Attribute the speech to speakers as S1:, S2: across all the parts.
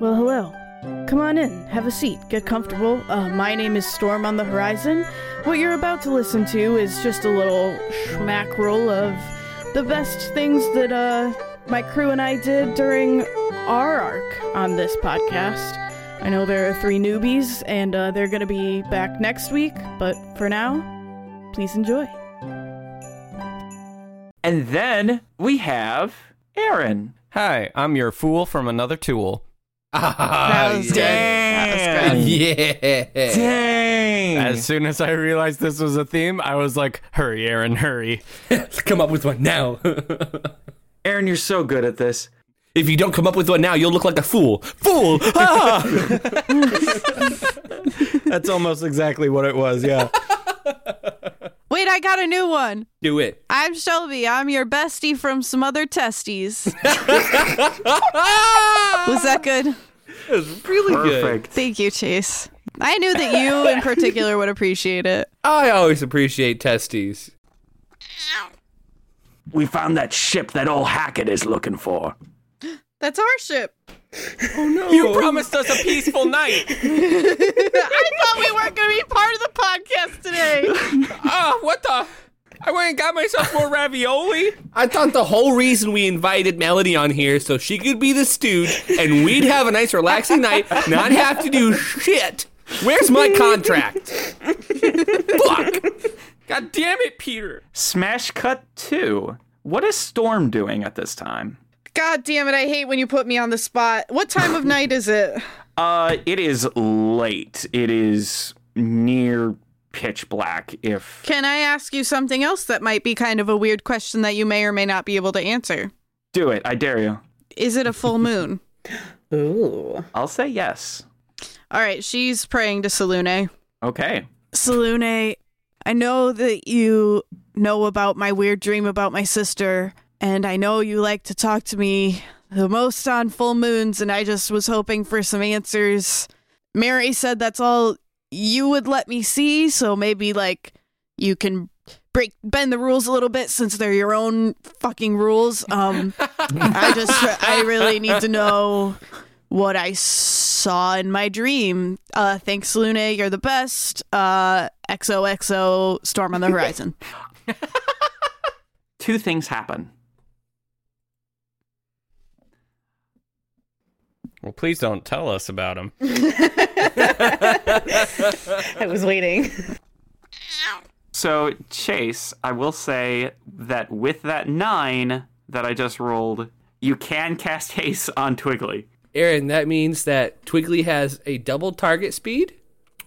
S1: Well, hello. Come on in, have a seat, get comfortable. Uh, my name is Storm on the Horizon. What you're about to listen to is just a little schmackerel of the best things that uh, my crew and I did during our arc on this podcast. I know there are three newbies, and uh, they're going to be back next week, but for now, please enjoy.
S2: And then we have Aaron.
S3: Hi, I'm your fool from another tool.
S4: Ah,
S5: was
S2: Damn.
S5: good.
S4: yeah.
S2: Dang.
S3: As soon as I realized this was a theme, I was like, hurry, Aaron, hurry.
S4: Come up with one now.
S2: Aaron, you're so good at this.
S4: if you don't come up with one now, you'll look like a fool. Fool! Ah!
S3: That's almost exactly what it was, yeah.
S5: Wait, I got a new one.
S4: Do it.
S5: I'm Shelby. I'm your bestie from some other testes. Was that good?
S4: Really good.
S2: Perfect.
S5: Thank you, Chase. I knew that you in particular would appreciate it.
S4: I always appreciate testes.
S2: We found that ship that old Hackett is looking for.
S5: That's our ship.
S4: You promised us a peaceful night.
S5: I thought we weren't going to be part of the podcast today.
S4: Ah, what the? I went and got myself more ravioli. I thought the whole reason we invited Melody on here so she could be the stooge and we'd have a nice relaxing night, not have to do shit. Where's my contract? Fuck. God damn it, Peter.
S2: Smash Cut 2. What is Storm doing at this time?
S5: God damn it. I hate when you put me on the spot. What time of night is it?
S2: Uh, it is late. It is near pitch black, if.
S5: Can I ask you something else that might be kind of a weird question that you may or may not be able to answer?
S2: Do it, I dare you.
S5: Is it a full moon?
S6: Ooh.
S2: I'll say yes.
S5: All right, she's praying to Salune.
S2: Okay.
S5: Salune, I know that you know about my weird dream about my sister, and I know you like to talk to me the most on full moons, and I just was hoping for some answers. Mary said that's all you would let me see, so maybe like you can break bend the rules a little bit since they're your own fucking rules. Um I just I really need to know what I saw in my dream. Uh, thanks, Luna. You're the best. Uh, XOXO, storm on the horizon.
S2: Two things happen.
S3: Well, please don't tell us about him.
S6: I was waiting.
S2: So, Chase, I will say that with that nine that I just rolled, you can cast haste on Twiggly.
S4: Aaron, that means that Twiggly has a double target speed?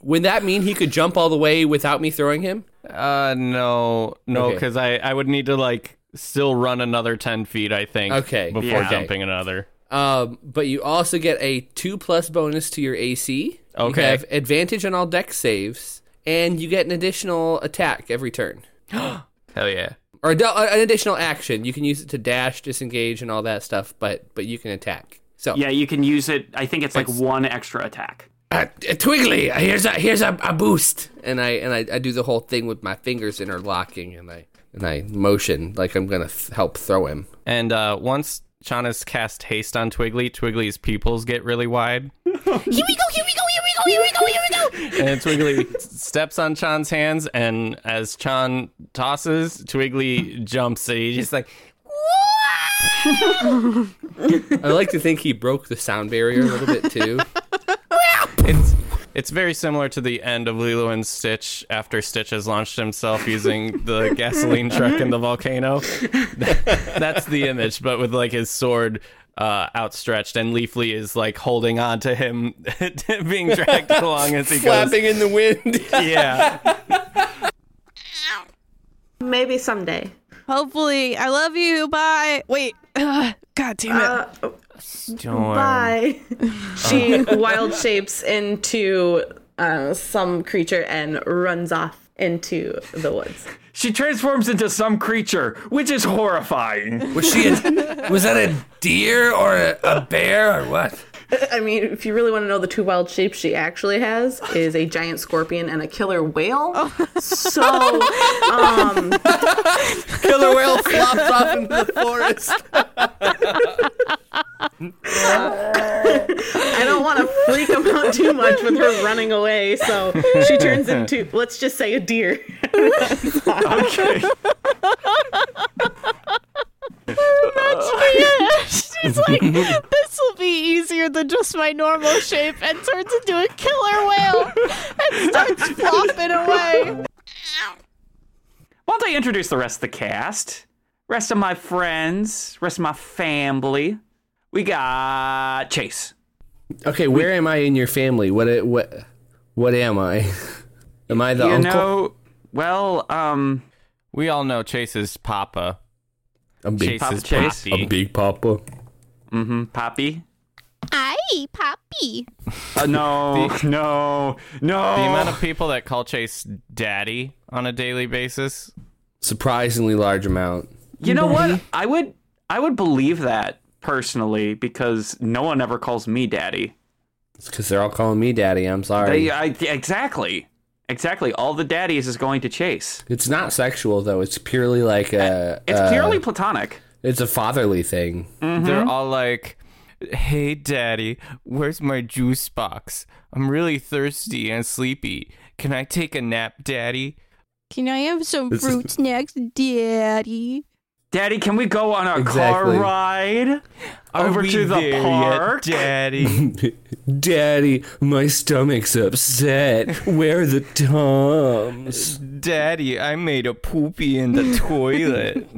S4: Would that mean he could jump all the way without me throwing him?
S3: Uh, no, no,
S4: Okay.
S3: because I, I would need to, like, still run another 10 feet, I think,
S4: Okay.
S3: before
S2: Yeah.
S3: jumping another.
S4: Um, but you also get a two plus bonus to your AC.
S3: Okay.
S4: You have advantage on all deck saves, and you get an additional attack every turn,
S3: Hell yeah.
S4: or a, an additional action. You can use it to dash, disengage, and all that stuff. But but you can attack. So
S2: Yeah, you can use it. I think it's like
S4: It's-
S2: one extra attack.
S4: uh, Twiggly, here's a here's a, a boost, and I and I, I do the whole thing with my fingers interlocking, and I and I motion like I'm gonna th- help throw him.
S3: And uh, once Chana's cast haste on Twiggly, Twiggly's pupils get really wide. here we go, here we go, here we go, here we go, here we go, here we go. And Twiggly steps on Chan's hands, and as Chan tosses, Twiggly jumps, and he's just like,
S4: I like to think he broke the sound barrier a little bit too.
S3: it's, it's very similar to the end of Lilo and Stitch after Stitch has launched himself using the gasoline truck in the volcano. That's the image, but with like his sword uh, outstretched, and Leafly is like holding on to him, being dragged along as he goes.
S4: Flapping in the wind.
S3: Yeah.
S6: Maybe someday.
S5: Hopefully, I love you. Bye. Wait. Ugh, God damn it.
S6: Uh, bye. she wild shapes into uh, some creature and runs off into the woods.
S2: She transforms into some creature, which is horrifying.
S4: Was she? A, was that a deer or a, a bear or what?
S6: I mean, if you really want to know the two wild shapes she actually has, is a giant scorpion and a killer whale.
S5: Oh.
S6: So, um,
S4: Killer whale flops off into the forest.
S6: I don't want to freak him out too much with her running away, so she turns into, let's just say, a deer.
S7: Okay.
S5: She's like, this will be easier than just my normal shape, and turns into a killer whale and starts flopping away.
S7: Why don't I introduce the rest of the cast? Rest of my friends, rest of my family. We got Chase.
S4: Okay, where am I in your family? What uh, what what am I? Am I the
S7: you
S4: uncle?
S7: know, well, um,
S3: We all know Chase's papa.
S4: I'm big,
S3: Chase
S7: Papa
S3: is
S7: Chase.
S3: Poppy.
S4: I'm big papa.
S7: mhm, Poppy.
S8: Hi, Poppy.
S7: Uh, no, no, no.
S3: The amount of people that call Chase daddy on a daily basis.
S4: Surprisingly large amount.
S7: you know what? I would, I would believe that personally because no one ever calls me daddy.
S4: It's because they're all calling me daddy. I'm sorry.
S7: They, I, exactly, exactly. All the daddies is going to Chase.
S4: it's not sexual though. It's purely like a.
S7: It's
S4: uh,
S7: purely platonic.
S4: It's a fatherly thing.
S7: Mm-hmm.
S3: They're all like, "Hey, daddy, where's my juice box? I'm really thirsty and sleepy. Can I take a nap, daddy?"
S8: Can I have some
S4: This is-
S8: fruit snacks, Daddy?
S7: Daddy, can we go on a
S4: Exactly.
S7: car ride over
S3: we
S7: to the
S3: there yet,
S7: park?
S3: daddy.
S4: Daddy, my stomach's upset. Where are the toms?
S3: daddy, I made a poopy in the toilet.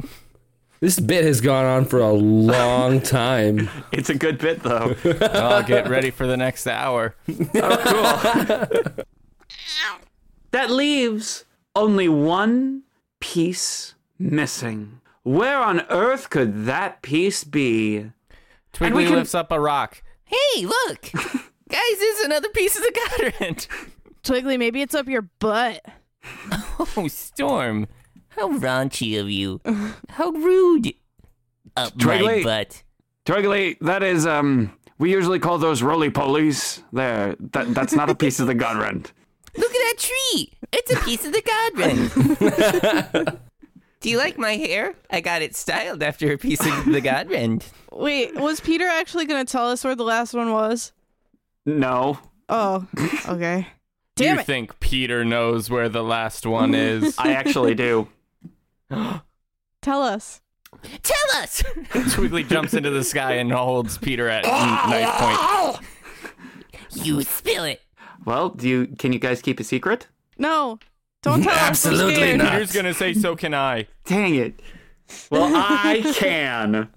S4: This bit has gone on for a long time.
S7: It's a good bit though.
S3: I'll get ready for the next hour.
S7: That leaves only one piece missing. Where on earth could that piece be?
S3: Twiggly
S7: we can-
S3: lifts up a rock. Hey, look, guys! There's another piece of the quadrant.
S5: Twiggly, maybe it's up your butt.
S3: Oh, storm!
S9: How raunchy of you. How rude. Up my
S7: Twiggly.
S9: butt.
S7: Twiggly, that is um we usually call those roly polies. There. That that's not a piece of the gun rent.
S9: Look at that tree. It's a piece of the garden. Do you like my hair? I got it styled after a piece of the garden.
S5: Wait, was Peter actually going to tell us where the last one was?
S7: No.
S5: Oh, okay.
S3: Do
S5: Damn
S3: you
S5: it.
S3: think Peter knows where the last one is?
S7: I actually do.
S5: Tell us.
S9: Tell us.
S3: Twiggly jumps into the sky and holds Peter at knife point.
S9: You spill it.
S7: Well, do you can you guys keep a secret?
S5: No, don't tell us. We're scared.
S3: Peter's gonna say, "So can I."
S7: Dang it. Well, I can.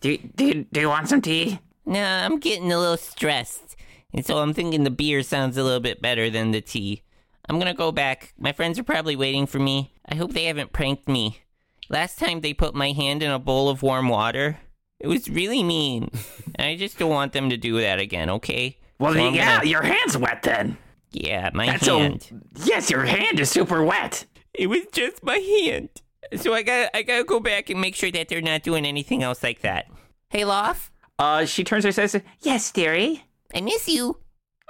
S7: Do, do, do you want some tea?
S9: Nah, I'm getting a little stressed. And so I'm thinking the beer sounds a little bit better than the tea. I'm gonna go back. My friends are probably waiting for me. I hope they haven't pranked me. Last time they put my hand in a bowl of warm water. It was really mean. and I just don't want them to do that again, okay?
S7: Well,
S9: So I'm
S7: yeah,
S9: gonna-
S7: your hand's wet then.
S9: Yeah, my
S7: That's
S9: hand.
S7: a yes. Your hand is super wet.
S9: It was just my hand. So I got I gotta go back and make sure that they're not doing anything else like that. Hey Loff,
S7: Uh, she turns her says, "Yes, dearie.
S9: I miss you.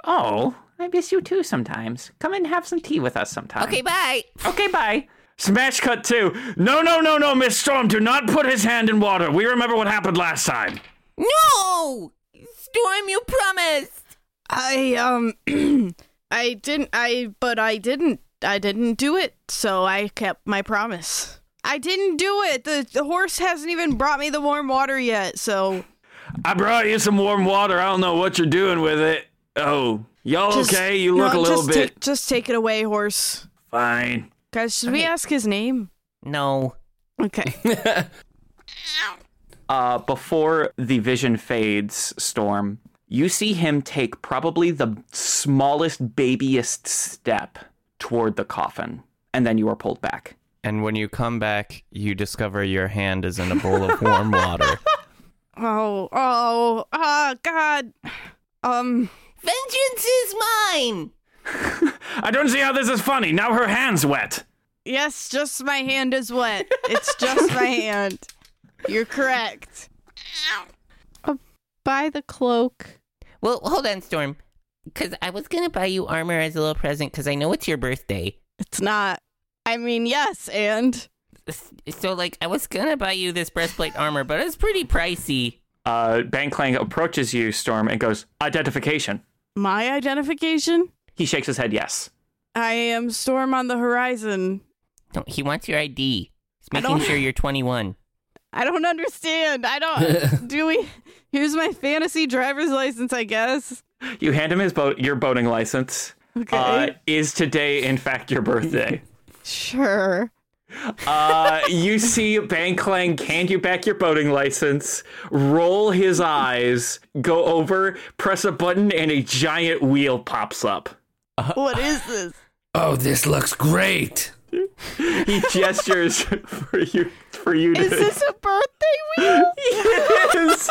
S7: Oh, I miss you too sometimes. Come and have some tea with us sometime."
S9: Okay, bye.
S7: Okay, bye. Smash cut two. No, no, no, no, Miss Storm. Do not put his hand in water. We remember what happened last time.
S9: No! Storm, you promised!
S5: I um I didn't I but I didn't I didn't do it, so I kept my promise. I didn't do it. The, the horse hasn't even brought me the warm water yet, so
S7: I brought you some warm water. I don't know what you're doing with it. Oh, y'all
S5: just-
S7: okay? You look
S5: no,
S7: a little
S5: just
S7: bit
S5: take- just take it away, horse.
S7: fine.
S5: Guys, should we ask his name?
S9: No.
S5: Okay.
S7: uh, before the vision fades, Storm, you see him take probably the smallest, babyest step toward the coffin, and then you are pulled back.
S3: And when you come back, you discover your hand is in a bowl of warm water.
S5: oh, oh, ah, god. Um
S9: Vengeance is mine!
S7: I don't see how this is funny. Now her hand's wet.
S5: yes, just my hand is wet. It's just my hand. You're correct. Uh, Buy the cloak.
S9: Well, hold on, Storm. Because I was gonna buy you armor as a little present because I know it's your birthday.
S5: It's not. I mean, yes, and
S9: S- So, like, I was gonna buy you this breastplate armor, but it's pretty pricey.
S7: Uh, Bang Clang approaches you, Storm, and goes, Identification.
S5: My identification?
S7: He shakes his head, yes.
S5: I am Storm on the Horizon.
S9: No, he wants your ID. He's
S5: I
S9: making
S5: don't-
S9: sure you're 21.
S5: I don't understand. I don't. do we? Here's my fantasy driver's license, I guess.
S7: You hand him his boat, your boating license.
S5: Okay.
S7: Uh, is today, in fact, your birthday?
S5: Sure.
S7: Uh, you see Bang Clang hand you back your boating license, roll his eyes, go over, press a button, and a giant wheel pops up.
S5: What is this?
S4: Oh, this looks great.
S7: He gestures for you for you
S5: Is
S7: to
S5: this a birthday wheel?
S7: Yes!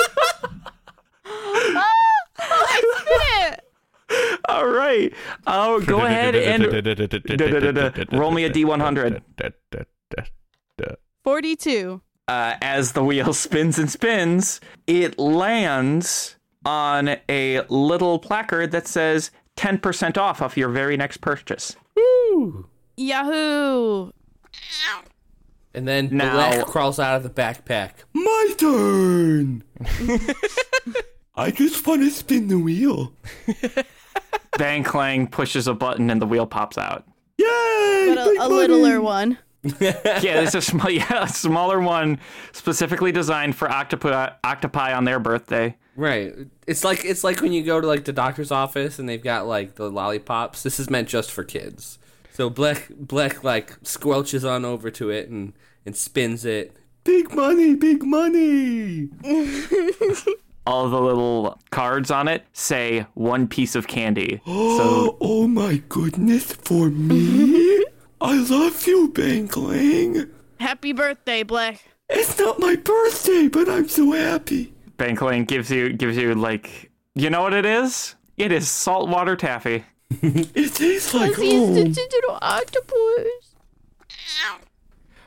S5: Oh, I
S7: All right. Oh, go ahead and roll me a D100.
S5: Forty-two.
S7: uh, as the wheel spins and spins, it lands on a little placard that says 10% off of your very next purchase.
S5: Yahoo!
S4: And then
S7: Now-
S4: Black crawls out of the backpack. My turn. I just want to spin the wheel.
S7: Bang clang pushes a button and the wheel pops out.
S5: But a, a littler one.
S7: Yeah, there's a, sm- yeah, a smaller one specifically designed for octopi, octopi on their birthday.
S4: Right. It's like it's like when you go to like the doctor's office and they've got like the lollipops. This is meant just for kids. So Black Black like squelches on over to it and and spins it. Big money, big money.
S7: All the little cards on it say one piece of candy. So
S4: Oh my goodness, for me? I love you, Bankling.
S5: Happy birthday, Black.
S4: It's not my birthday, but I'm so happy.
S7: Bang clang gives you gives you like you know what it is? It is saltwater taffy.
S4: It tastes like
S6: digital octopus.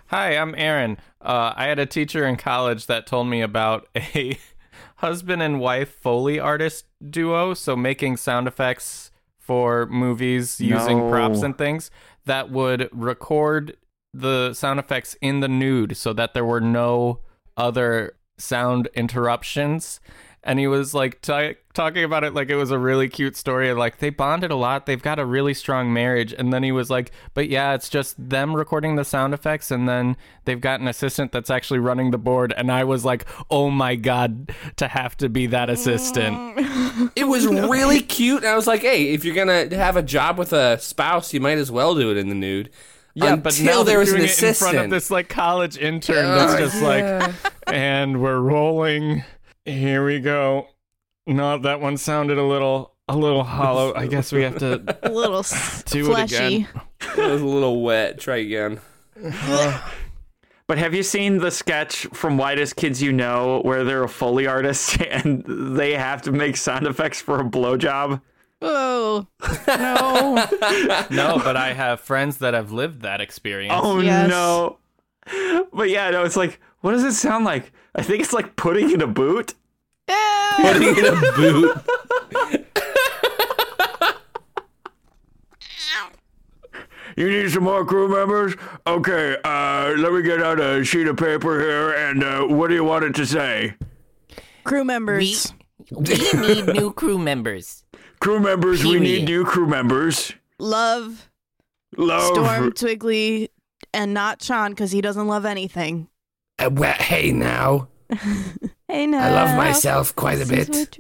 S3: Hi, I'm Aaron. Uh, I had a teacher in college that told me about a husband and wife Foley artist duo, so making sound effects for movies using
S7: No.
S3: props and things that would record the sound effects in the nude so that there were no other sound interruptions. And he was like t- talking about it like it was a really cute story. Like they bonded a lot. They've got a really strong marriage. And then he was like, but yeah, it's just them recording the sound effects. And then they've got an assistant that's actually running the board. And I was like, oh my God, to have to be that assistant.
S4: It was really cute, and I was like, "Hey, if you're gonna have a job with a spouse, you might as well do it in the nude."
S3: Yeah,
S4: Until
S3: but now
S4: there
S3: they're
S4: was an
S3: doing it in
S4: assistant.
S3: front of this like college intern that's just like, and we're rolling. Here we go. No, that one sounded a little, a little hollow. I guess we have to
S5: A little s-
S3: do it
S5: fleshy.
S3: again.
S4: it was a little wet. Try again.
S7: But have you seen the sketch from Whitest Kids You Know where they're a Foley artist and they have to make sound effects for a blowjob?
S5: Whoa. No.
S3: No, but I have friends that have lived that experience.
S7: Oh
S5: Yes.
S7: no. But yeah, no, it's like, what does it sound like? I think it's like pudding in a boot.
S4: Putting in a boot.
S7: You need some more crew members? Okay, uh, let me get out a sheet of paper here and uh, what do you want it to say?
S5: Crew
S9: We,
S5: members.
S9: we need new crew members.
S7: Crew members,
S9: we need Period.
S7: new crew members.
S5: Love
S2: Oh.
S7: Love.
S5: Storm Twiggly and not Sean because he doesn't love anything.
S4: Uh, well, hey now,
S5: Hey, no.
S4: I love myself quite a bit.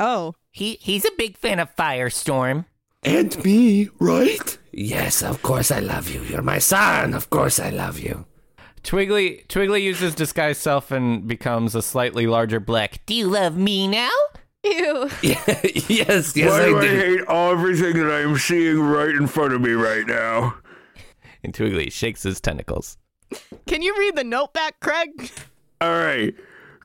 S5: Oh.
S9: He he's a big fan of Firestorm.
S4: And me, right? Yes, of course I love you. You're my son. Of course I love you.
S3: Twiggly Twiggly uses disguise self and becomes a slightly larger black.
S9: Do you love me now?
S6: Ew.
S4: yes, yes I do.
S7: hate everything that I'm seeing right in front of me right now?
S3: And Twiggly shakes his tentacles.
S5: Can you read the note back, Craig?
S7: All right,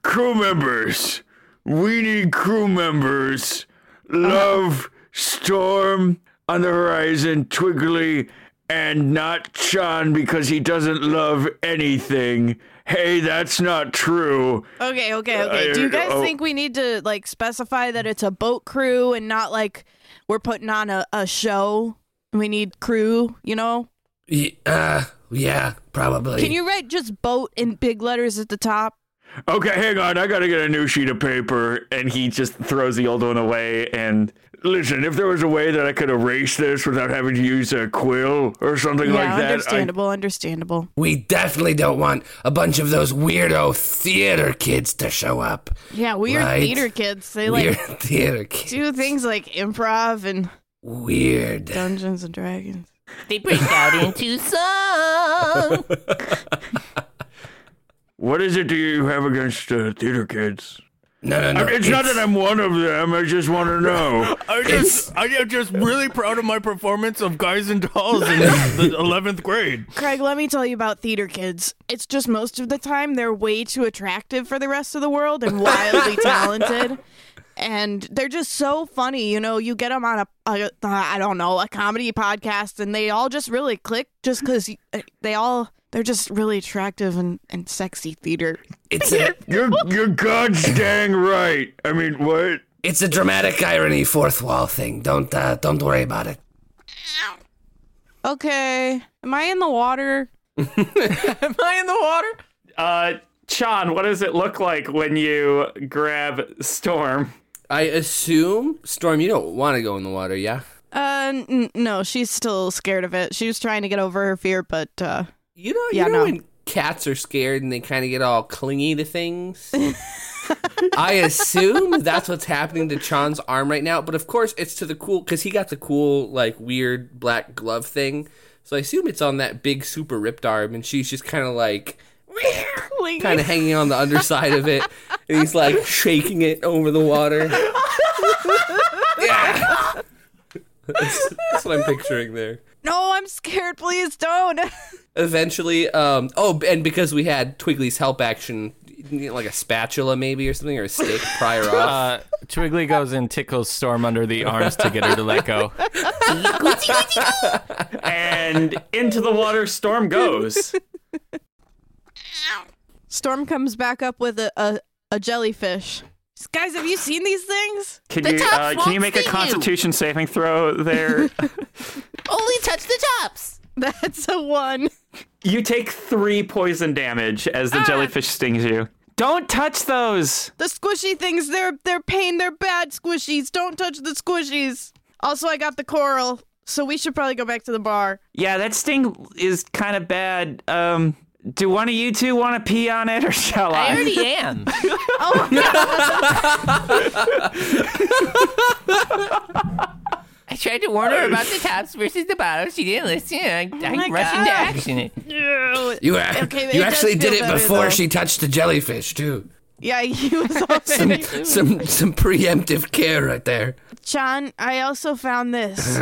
S7: crew members. We need crew members. Love, Storm on the horizon, Twiggly, and not Chan because he doesn't love anything. Hey, that's not true.
S5: Okay, okay, okay. Do you guys
S7: oh.
S5: think we need to like specify that it's a boat crew and not like we're putting on a, a show? We need crew, you know?
S4: Y- uh, yeah, probably.
S5: Can you write just boat in big letters at the top?
S2: okay, hang on, I gotta get a new sheet of paper. And he just throws the old one away. And listen, if there was a way that I could erase this without having to use a quill or something
S5: yeah,
S2: like that, I
S5: understandable, understandable.
S10: We definitely don't want a bunch of those weirdo theater kids to show up.
S5: Yeah, weird
S10: Right.
S5: theater kids. They
S10: weird
S5: like
S10: theater kids.
S5: do things like improv and
S10: Weird.
S5: Dungeons and Dragons.
S9: They break out into song.
S2: What is it do you have against uh, theater kids?
S10: No, no,
S2: I mean, it's, not that I'm one of them. I just want to know.
S11: I just, I am just really proud of my performance of Guys and Dolls in the eleventh grade.
S5: Craig, let me tell you about theater kids. It's just most of the time they're way too attractive for the rest of the world and wildly talented. And they're just so funny, you know. You get them on a, a uh, I don't know, a comedy podcast, and they all just really click just because they all, they're just really attractive and, and sexy theater.
S10: It's a
S2: you're you're god's dang right. I mean, what?
S10: It's a dramatic irony fourth wall thing. Don't uh, don't worry about it.
S5: Okay. Am I in the water?
S7: Am I in the water? Uh, Sean, what does it look like when you grab Storm?
S4: I assume Storm, you don't want to go in the water, yeah?
S5: Uh, n- no, she's still scared of it. She was trying to get over her fear, but uh,
S4: you know,
S5: yeah,
S4: you know
S5: no.
S4: when cats are scared and they kind of get all clingy to things. I assume that's what's happening to Chan's arm right now, but of course it's to the cool because he got the cool like weird black glove thing. So I assume it's on that big super ripped arm, and she's just kind of like kind of hanging on the underside of it, and he's like shaking it over the water. That's, that's what I'm picturing there.
S5: no, I'm scared. Please don't.
S4: Eventually, um, oh, and because we had Twiggly's help action, you know, like a spatula maybe or something, or a stick prior off.
S3: Uh, Twiggly goes and tickles Storm under the arms to get her to let go.
S7: and into the water storm goes.
S5: Storm comes back up with a, a, a jellyfish. Guys, have you seen these things?
S7: Can you uh, can you make a constitution saving throw there?
S5: Only touch the tops. That's a one.
S7: you take three poison damage as the jellyfish stings you. Don't touch those.
S5: The squishy things, they're they're pain, they're bad squishies. Don't touch the squishies. Also, I got the coral, so we should probably go back to the bar.
S7: Yeah, that sting is kind of bad. Um, do one of you two want to pee on it, or shall I?
S9: I already am. Oh, I tried to warn her about the tops versus the bottoms. She didn't listen. I, I'm
S5: my
S9: rushing to
S5: God.
S9: action Oh, it.
S10: You
S4: uh,
S5: Okay, it
S10: you
S5: does
S10: actually
S5: feel
S10: did it
S5: better,
S10: before
S5: though.
S10: she touched the jellyfish too.
S5: Yeah, he was already.
S10: Some some some preemptive care right there.
S5: John, I also found this.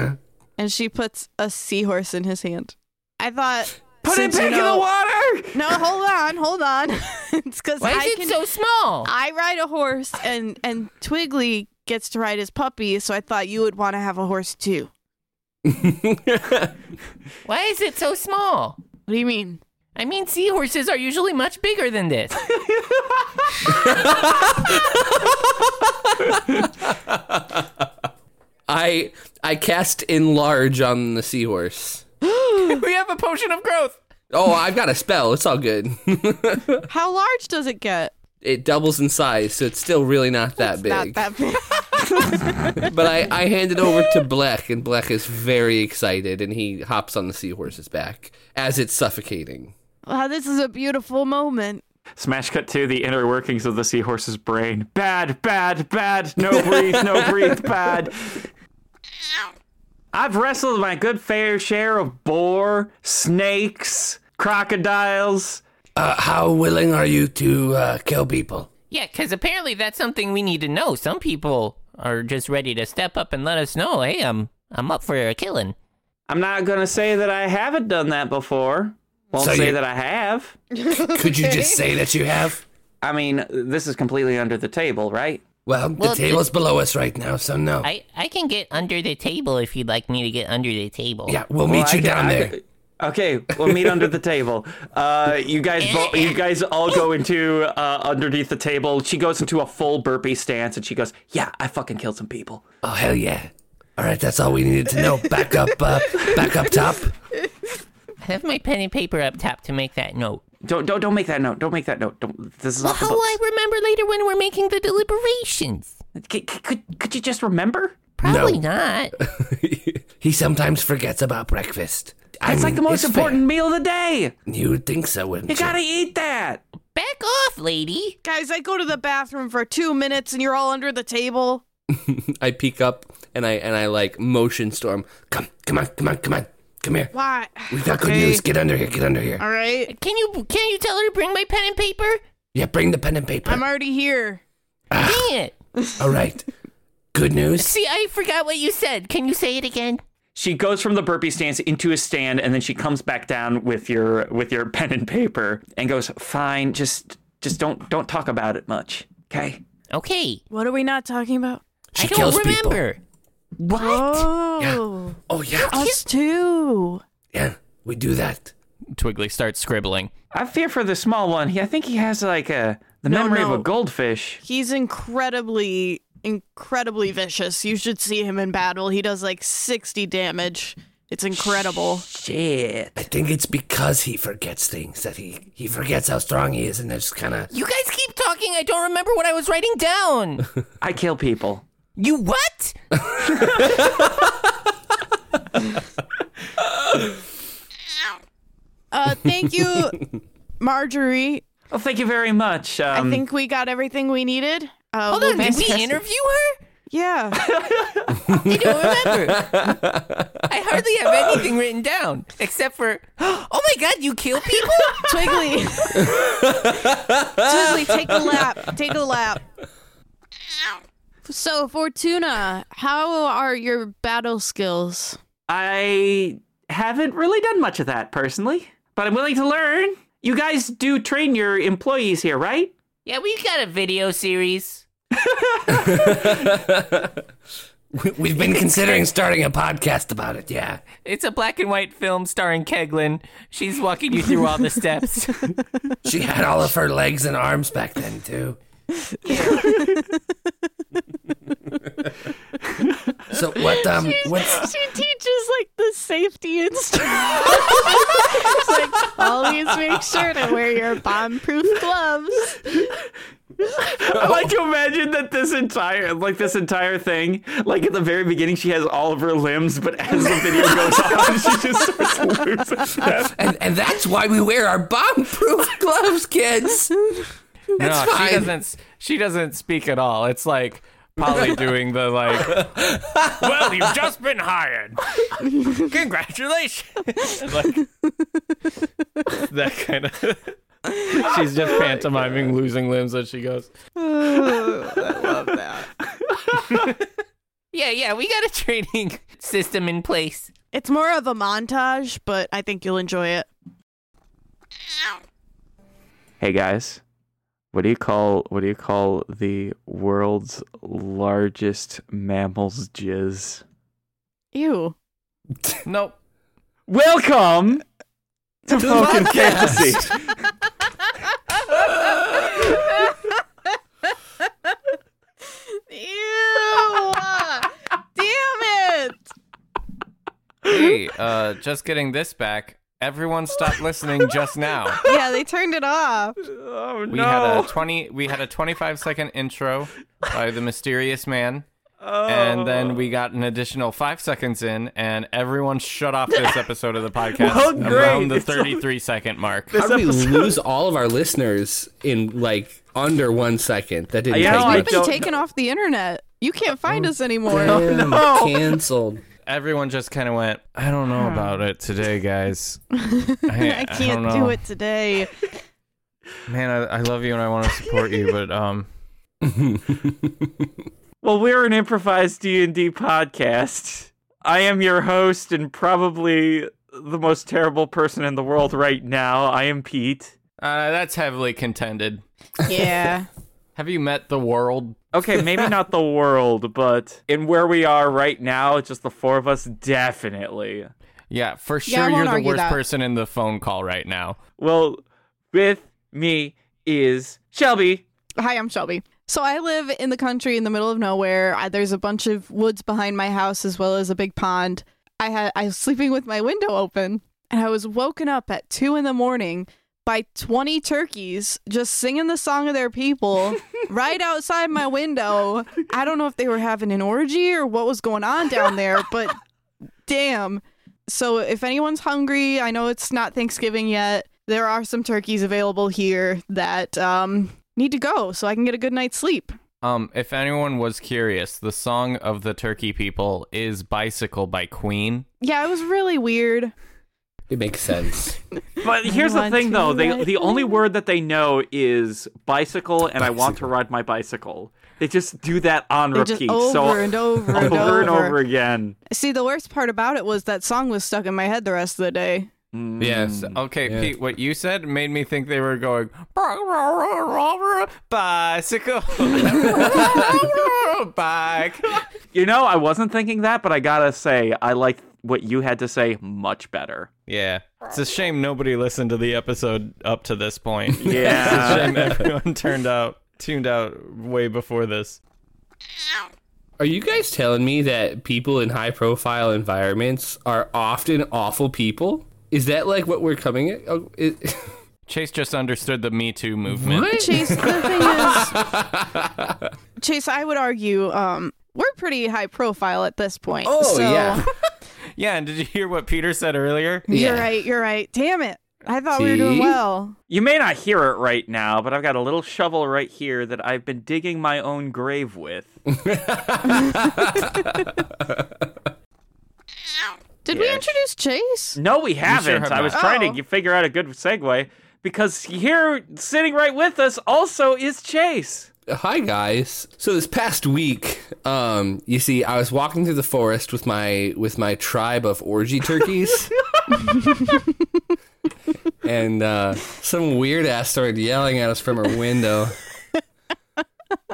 S5: and she puts a seahorse in his hand. I thought.
S7: Put it
S5: since you
S7: back in the
S5: know-
S7: water.
S5: No, hold on, hold on. it's because
S9: Why is
S5: I
S9: it
S5: can,
S9: so small?
S5: I ride a horse, and and Twiggly gets to ride his puppy, so I thought you would want to have a horse too.
S9: Why is it so small?
S5: What do you mean?
S9: I mean, seahorses are usually much bigger than this.
S4: I I cast enlarge on the seahorse.
S9: we have a potion of growth.
S4: Oh, I've got a spell. It's all good.
S5: How large does it get?
S4: it doubles in size, so it's still really not that big.
S5: Not that big.
S4: but I I hand it over to Black, and Black is very excited, and he hops on the seahorse's back as it's suffocating.
S5: wow, this is a beautiful moment.
S7: Smash cut to the inner workings of the seahorse's brain. Bad, bad, bad. No breathe, no breathe, bad. I've wrestled my good fair share of boar, snakes, crocodiles.
S10: Uh, how willing are you to uh, kill people?
S9: Yeah, because apparently that's something we need to know. Some people are just ready to step up and let us know, hey, I'm I'm up for a killing.
S7: I'm not gonna say that I haven't done that before. Won't
S10: So
S7: say
S10: you-
S7: that I have.
S10: Could you just say that you have?
S7: I mean, this is completely under the table, right?
S10: Well,
S9: Well,
S10: the table's below us right now, so no.
S9: I, I can get under the table if you'd like me to get under the table.
S10: yeah, we'll meet
S7: Well,
S10: you
S7: I
S10: down
S7: can- I
S10: there.
S7: can- Okay, we'll meet under the table. Uh, you guys, bo- you guys all go into uh, underneath the table. She goes into a full burpee stance, and she goes, "Yeah, I fucking killed some people."
S10: Oh hell yeah! All right, that's all we needed to know. Back up, uh, back up top.
S9: I have my pen and paper up top to make that note.
S7: Don't don't don't make that note. Don't make that note. Don't. This is
S9: Well,
S7: off the
S9: how
S7: book.
S9: will I remember later when we're making the deliberations?
S7: Could, could, could you just remember?
S9: Probably
S10: No.
S9: not.
S10: He sometimes forgets about breakfast. I
S9: It's like
S10: mean,
S9: the most
S10: fair.
S9: important
S7: meal of the day.
S10: You'd think so, wouldn't you?
S7: eat that.
S9: Back off, lady.
S5: Guys, I go to the bathroom for two minutes and you're all under the table.
S4: I peek up and I and I like motion storm. Come, come on, come on, come on, come here.
S5: Why?
S10: We've got good
S5: Okay.
S10: news. Get under here. Get under here.
S5: All right.
S9: Can you can you tell her to bring my pen and paper?
S10: Yeah, bring the pen and paper.
S5: I'm already here.
S9: Dang it.
S10: All right. Good news.
S9: See, I forgot what you said. Can you say it again?
S7: She goes from the burpee stance into a stand, and then she comes back down with your with your pen and paper, and goes, "Fine, just just don't don't talk about it much, okay?"
S9: Okay.
S5: What are we not talking about?
S7: She I don't kills people.
S9: remember.
S5: What? Oh.
S10: Oh yeah.
S5: Us too.
S10: Yeah, we do that.
S3: Twiggly starts scribbling.
S7: I fear for the small one. He, I think he has like a the
S5: No,
S7: memory
S5: no.
S7: of a goldfish.
S5: He's incredibly, incredibly vicious. You should see him in battle. He does like 60 damage. It's incredible.
S7: Shit.
S10: I think it's because he forgets things that he he forgets how strong he is, and there's kind of
S9: You guys keep talking. I don't remember what I was writing down.
S7: I kill people.
S9: You what?
S5: Uh, thank you, Marjorie.
S7: Well, thank you very much. Um,
S5: I think we got everything we needed. Uh,
S9: Hold
S5: we'll
S9: on, did we
S5: be-
S9: interview her?
S5: Yeah.
S9: I don't remember. I hardly have anything written down except for, oh my god, you kill people?
S5: Twiggly. Twiggly, take a lap. Take a lap. So, Fortuna, how are your battle skills?
S7: I haven't really done much of that personally, but I'm willing to learn. You guys do train your employees here, right?
S9: Yeah, we got a video series.
S10: we, we've been considering starting a podcast about it. Yeah.
S9: It's a black and white film starring Keglin. She's walking you through all the steps.
S10: She had all of her legs and arms back then too. so what um what's
S5: she teaches like the safety instructions. She's like, always make sure to wear your bomb-proof gloves.
S7: I like to imagine that this entire like this entire thing, like at the very beginning she has all of her limbs, but as the video goes on, she just starts losing them.
S10: and, and that's why we wear our bomb proof gloves, kids. That's
S3: no,
S10: fine.
S3: she doesn't. s- She doesn't speak at all. It's like Polly doing the like. well, you've just been hired. Congratulations. like that kind of. She's just pantomiming losing limbs as she goes.
S5: I love that.
S9: yeah, yeah, we got a training system in place.
S5: It's more of a montage, but I think you'll enjoy it.
S7: Hey guys, what do you call what do you call the world's largest mammal's jizz?
S5: Ew.
S3: Nope.
S7: Welcome to Falcon Fantasy.
S5: Ew! Damn it!
S3: Hey, uh, just getting this back. Everyone stopped listening just now.
S5: Yeah, they turned it off.
S7: Oh
S3: We had a twenty. We had a twenty-five second intro by the mysterious man,
S5: Oh.
S3: and then we got an additional five seconds in, and everyone shut off this episode of the podcast
S4: Well, great.
S3: around the
S4: It's over.
S3: thirty-three second mark.
S4: How did we lose all of our listeners in like under one second? That didn't
S7: Yeah,
S4: take
S7: I
S4: much.
S5: We've been taken off the internet. You can't
S7: Mm.
S5: find us anymore.
S4: Damn, canceled.
S3: Everyone just kind of went. I don't know about it today, guys.
S5: I
S3: don't
S5: can't
S3: know.
S5: do it today.
S3: Man, I, I love you and I want to support you, but um,
S7: Well, we're an improvised D&D podcast. I am your host and probably the most terrible person in the world right now. I am Pete.
S3: uh, that's heavily contended.
S5: Yeah.
S3: Have you met the world?
S7: Okay, maybe not the world, but in where we are right now, just the four of us definitely.
S3: Yeah, for
S5: Yeah, I
S3: sure you're
S5: won't
S3: the
S5: argue
S3: worst
S5: that.
S3: person in the phone call right now.
S7: Well, with me is Shelby.
S5: Hi, I'm Shelby. So I live in the country in the middle of nowhere. I, there's a bunch of woods behind my house as well as a big pond. I had I was sleeping with my window open and I was woken up at two in the morning by 20 turkeys just singing the song of their people right outside my window. I don't know if they were having an orgy or what was going on down there, but damn. So if anyone's hungry, I know it's not Thanksgiving yet. There are some turkeys available here that um, need to go so I can get a good night's sleep.
S3: Um, if anyone was curious, the song of the Turkey people is "Bicycle" by Queen.
S5: Yeah, it was really weird.
S4: It makes sense.
S7: But here's the
S5: want
S7: thing,
S5: to
S7: though. They,
S5: ride
S7: the only word that they know is bicycle, and I want to ride my bicycle. They just do that on
S5: They
S7: repeat.
S5: just over
S7: so
S5: and over and
S7: over and
S5: over.
S7: over again.
S5: See, the worst part about it was that song was stuck in my head the rest of the day.
S3: Yes. Mm. Okay, Pete. What you said made me think they were going bicycle, bike.
S7: You know, I wasn't thinking that, but I gotta say, I like what you had to say much better.
S3: Yeah. It's a shame nobody listened to the episode up to this point.
S7: Yeah.
S3: it's a shame everyone turned out tuned out way before this.
S4: Are you guys telling me that people in high profile environments are often awful people? Is that like what we're coming at? Oh, it-
S3: Chase just understood the Me Too movement.
S5: Chase, the thing is, Chase, I would argue um, we're pretty high profile at this point.
S3: Oh,
S5: so-
S3: yeah. Yeah, and did you hear what Peter said earlier?
S5: You're right. You're right. Damn it. I thought we were doing
S7: See?
S5: well.
S7: You may not hear it right now, but I've got a little shovel right here that I've been digging my own grave with.
S5: Did we introduce Chase?
S7: No, we
S5: You sure
S7: haven't.
S5: have
S7: I was
S5: not.
S7: trying
S5: Oh.
S7: to g- figure out a good segue because here, sitting right with us, also is Chase.
S4: Hi guys. So this past week, um, you see, I was walking through the forest with my with my tribe of orgy turkeys, and uh, some weird ass started yelling at us from her window.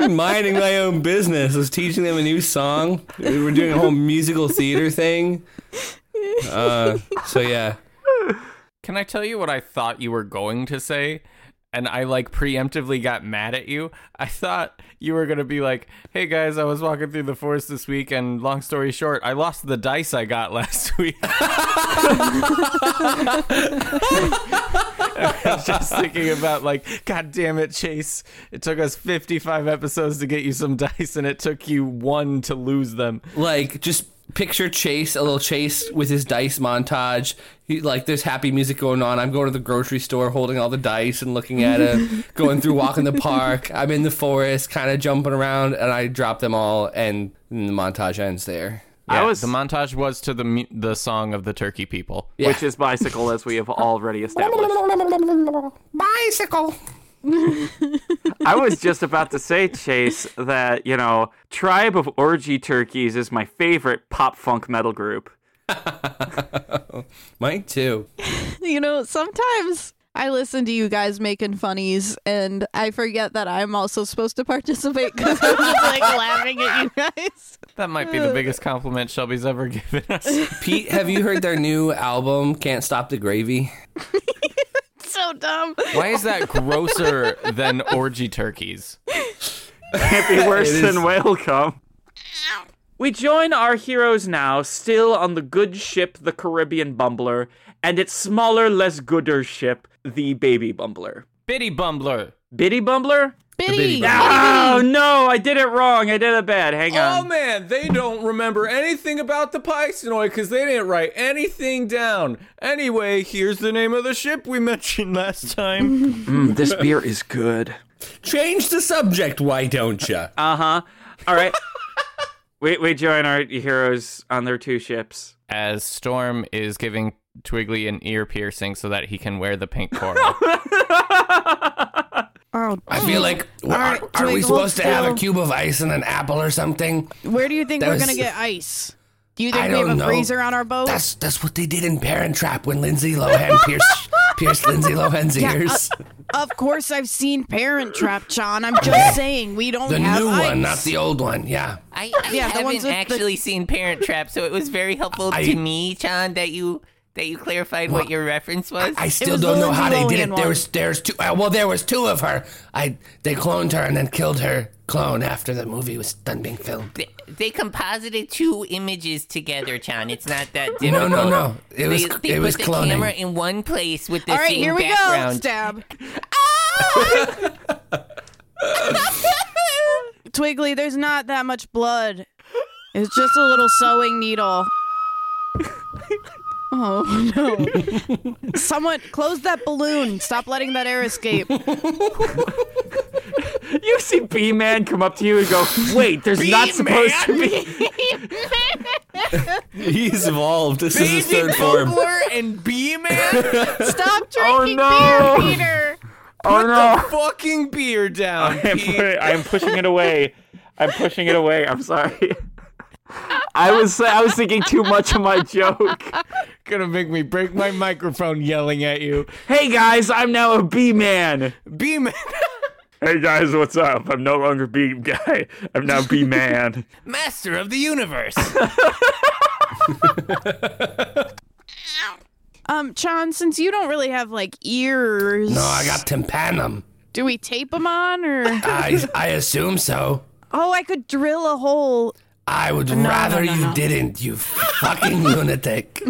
S4: Minding my own business, I was teaching them a new song. We were doing a whole musical theater thing. Uh, so yeah,
S3: Can I tell you what I thought you were going to say? And I like preemptively got mad at you. I thought you were going to be like, hey guys, I was walking through the forest this week, and long story short, I lost the dice I got last week. I was just thinking about, like, God damn it, Chase. It took us 55 episodes to get you some dice, and it took you one to lose them.
S4: like just picture chase a little chase with his dice montage he, like there's happy music going on i'm going to the grocery store holding all the dice and looking at it going through walking the park i'm in the forest kind of jumping around and i drop them all and the montage ends there
S3: Yeah, the montage was to the mu- the song of the turkey people,
S4: Yeah.
S7: which is bicycle, as we have already established.
S10: Bicycle.
S7: I was just about to say, Chase, that you know, Tribe of Orgy Turkeys is my favorite pop funk metal group.
S4: Mine too.
S5: You know, sometimes I listen to you guys making funnies and I forget that I'm also supposed to participate because I'm just like laughing at you guys.
S3: That might be the biggest compliment Shelby's ever given us.
S4: pete have you heard their new album can't stop the gravy
S5: so dumb.
S3: Why is that grosser than orgy turkeys?
S7: Can't be worse
S3: It is-
S7: than welcome. We join our heroes now, still on the good ship, the Caribbean Bumbler, and its smaller, less gooder ship, the Baby Bumbler.
S3: Biddy Bumbler.
S7: Biddy Bumbler?
S5: Biddy. Biddy
S7: Oh no, I did it wrong. I did it bad. Hang
S11: Oh
S7: on.
S11: man, they don't remember anything about the Pisonoi because they didn't write anything down. Anyway, here's the name of the ship we mentioned last time.
S7: Mm, this beer is good.
S4: change the subject why don't you
S7: Uh huh. All right. we we join our heroes on their two ships.
S3: As Storm is giving Twiggly an ear piercing so that he can wear the pink coral.
S5: Oh,
S4: i feel like
S5: All right,
S4: are, are we
S5: Twiggle,
S4: supposed to have a
S5: Twiggle.
S4: cube of ice and an apple or something
S5: Where do you think
S4: That
S5: we're
S4: was-
S5: going to get ice? Do you think
S4: I
S5: we have
S4: don't
S5: a
S4: know.
S5: freezer on our boat?
S4: That's that's what they did in Parent Trap when Lindsay Lohan pierced pierced Lindsay Lohan's
S5: Yeah,
S4: ears.
S5: uh, of course, I've seen Parent Trap, John. I'm just saying we don't
S4: the
S5: have
S4: new
S5: ice.
S4: one, not the old one. Yeah.
S9: I, I
S5: Yeah, the ones
S9: haven't
S5: with the-
S9: actually seen Parent Trap, so it was very helpful
S4: I-
S9: to me, John, that you that you clarified what your reference was.
S4: I still don't know how they did it. There was there's two. Uh, well, there was two of her. I they cloned her and then killed her clone after the movie was done being filmed.
S9: They composited two images together, Chan. It's not that
S10: No,
S9: difficult.
S10: no, no. It was
S9: They- they
S10: it was
S9: put
S10: cloning.
S9: the camera in one place with the
S5: All right,
S9: same
S5: here we
S9: background.
S5: go. Stab.
S1: Twiggly, there's not that much blood. It's just a little sewing needle.
S5: Oh no! Someone close that balloon. Stop letting that air escape.
S7: You see B Man come up to you and go, wait, there's not supposed to be.
S11: He's evolved. This is his third form.
S7: and
S11: B Man?
S5: Stop
S11: drinking
S7: oh, no.
S11: beer,
S5: Peter.
S7: Oh
S11: Put
S7: no!
S11: the fucking beer down.
S7: I am, pu- I am pushing it away. I'm pushing it away. I'm sorry. I was I was thinking too much of my joke.
S11: Gonna make me break my microphone yelling at you.
S7: Hey guys, I'm now a bee man.
S11: Bee man.
S7: hey guys, what's up? I'm no longer bee guy. I'm now bee man.
S9: Master of the universe.
S5: Um, Chan, since you don't really have like ears,
S10: No, I got tympanum.
S5: do we tape them on or?
S10: I I assume so.
S5: oh, I could drill a hole.
S10: I would
S5: No, no,
S10: rather
S5: no,
S10: you
S5: no.
S10: didn't, you fucking lunatic.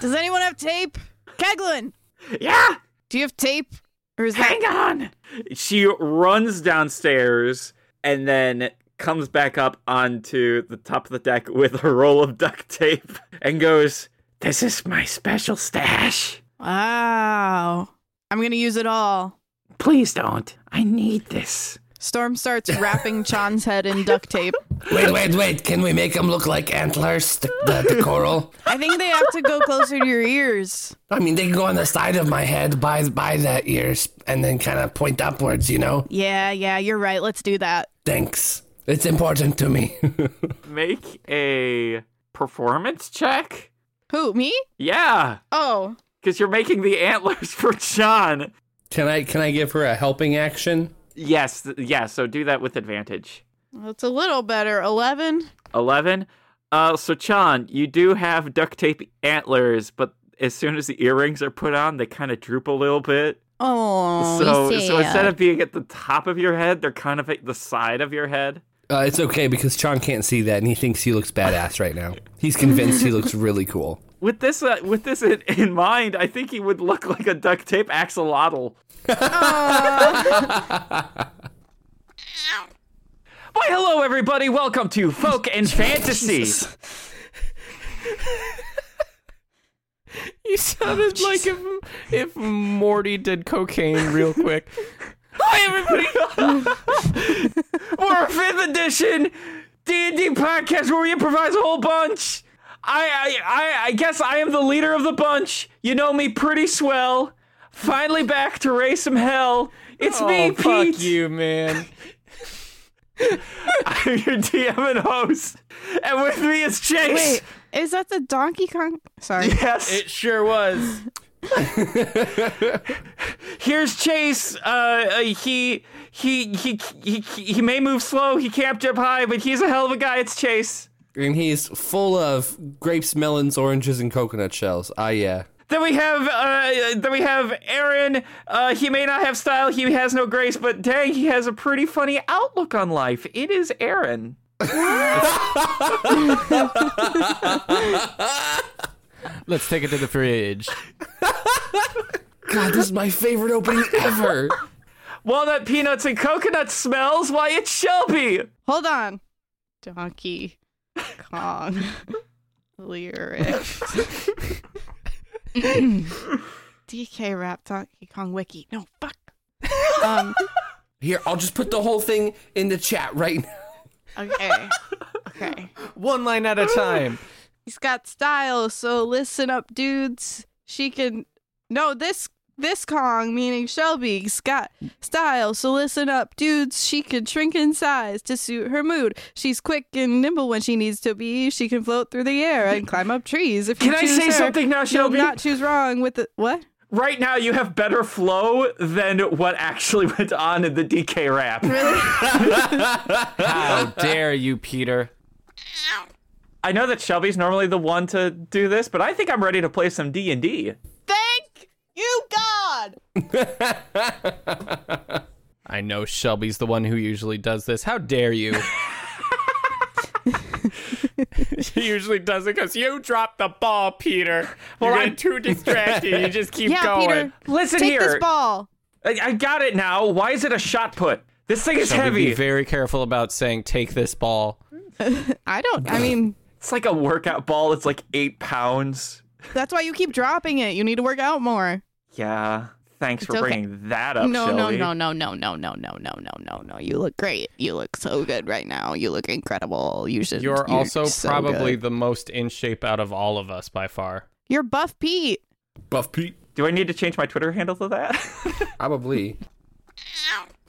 S5: Does anyone have tape? Keglin.
S7: Yeah.
S5: Do you have tape? Or is
S7: Hang on. She runs downstairs and then comes back up onto the top of the deck with a roll of duct tape and goes, "This is my special stash."
S5: Wow. I'm gonna use it all.
S7: Please don't. I need this.
S5: Storm starts wrapping Chan's head in duct tape.
S10: Wait, wait, wait. Can we make them look like antlers? The, the, the coral?
S5: I think they have to go closer to your ears.
S10: I mean, they can go on the side of my head by by the ears and then kind of point upwards, you know?
S5: Yeah, yeah, you're right. Let's do that.
S10: Thanks. It's important to me.
S7: Make a performance check?
S5: Who, me?
S7: Yeah,
S5: Oh.
S7: because you're making the antlers for John.
S4: Can I can I give her a helping action?
S7: Yes, th- yeah, so do that with advantage.
S5: That's a little better. 11?
S7: 11. Uh, so, Chan, you do have duct tape antlers, but as soon as the earrings are put on, they kind of droop a little bit.
S5: Oh,
S7: so,
S5: you
S7: so instead
S5: sad.
S7: of being at the top of your head, they're kind of at the side of your head.
S4: Uh, it's okay because Chan can't see that and he thinks he looks badass right now. He's convinced he looks really cool.
S7: With this, uh, with this in, in mind, I think he would look like a duct tape axolotl. Why, hello, everybody. Welcome to Folk and Fantasy.
S3: You sounded like if if Morty did cocaine real quick.
S7: Hi, everybody. We're a fifth edition D&D podcast where we improvise a whole bunch. I, I, I, I guess I am the leader of the bunch. You know me pretty swell. Finally back to raise some hell. It's me,
S3: Oh, fuck
S7: Pete.
S3: you, man.
S7: I'm your DM and host. And with me is Chase.
S5: Wait, is that the Donkey Kong? Sorry.
S7: Yes.
S3: It sure was.
S7: Here's Chase. Uh, uh, he, he, he, he, he may move slow. He can't jump high, but he's a hell of a guy. It's Chase.
S4: And he's full of grapes, melons, oranges, and coconut shells. Ah, yeah.
S7: Then we have, uh, then we have Aaron. Uh, he may not have style. He has no grace, but dang, he has a pretty funny outlook on life. It is Aaron.
S3: Let's take it to the fridge.
S4: God, this is my favorite opening ever.
S7: Walnut peanuts and coconut smells. Why, it's Shelby.
S5: Hold on. Donkey Kong lyrics. DK rap Donkey Kong wiki. No, fuck. Um,
S4: Here, I'll just put the whole thing in the chat right now.
S5: okay. Okay.
S3: One line at a time.
S5: He's got style, so listen up, dudes. She can No, this this Kong, meaning Shelby's got style, so listen up, dudes. She can shrink in size to suit her mood. She's quick and nimble when she needs to be. She can float through the air and climb up trees. If you
S7: Can I
S5: choose
S7: say
S5: her,
S7: something now,
S5: you'll
S7: Shelby?
S5: Not choose wrong with the what?
S7: Right now, you have better flow than what actually went on in the DK rap.
S3: How dare you, Peter?
S7: I know that Shelby's normally the one to do this, but I think I'm ready to play some D and D.
S5: Thank you, God.
S3: I know Shelby's the one who usually does this. How dare you?
S4: She usually does it because you dropped the ball, Peter. Well, I'm too distracted. You just keep
S5: yeah,
S4: going.
S5: Peter.
S7: Listen
S5: take
S7: here.
S5: this ball.
S7: I, I got it now. Why is it a shot put? This thing is
S3: So
S7: heavy.
S3: Be very careful about saying "take this ball."
S5: I don't. I mean,
S7: It's like a workout ball. It's like eight pounds.
S5: that's why you keep dropping it. You need to work out more.
S7: Yeah. Thanks for
S5: It's okay.
S7: bringing that up,
S5: no,
S7: Shelly.
S5: no, no, no, no, no, no, no, no, no, no, no. You look great. You look so good right now. You look incredible. You should.
S3: You're also
S5: so
S3: probably
S5: good.
S3: the most in shape out of all of us by far.
S5: You're Buff Pete.
S7: Buff Pete. Do I need to change my Twitter handle to that? Probably.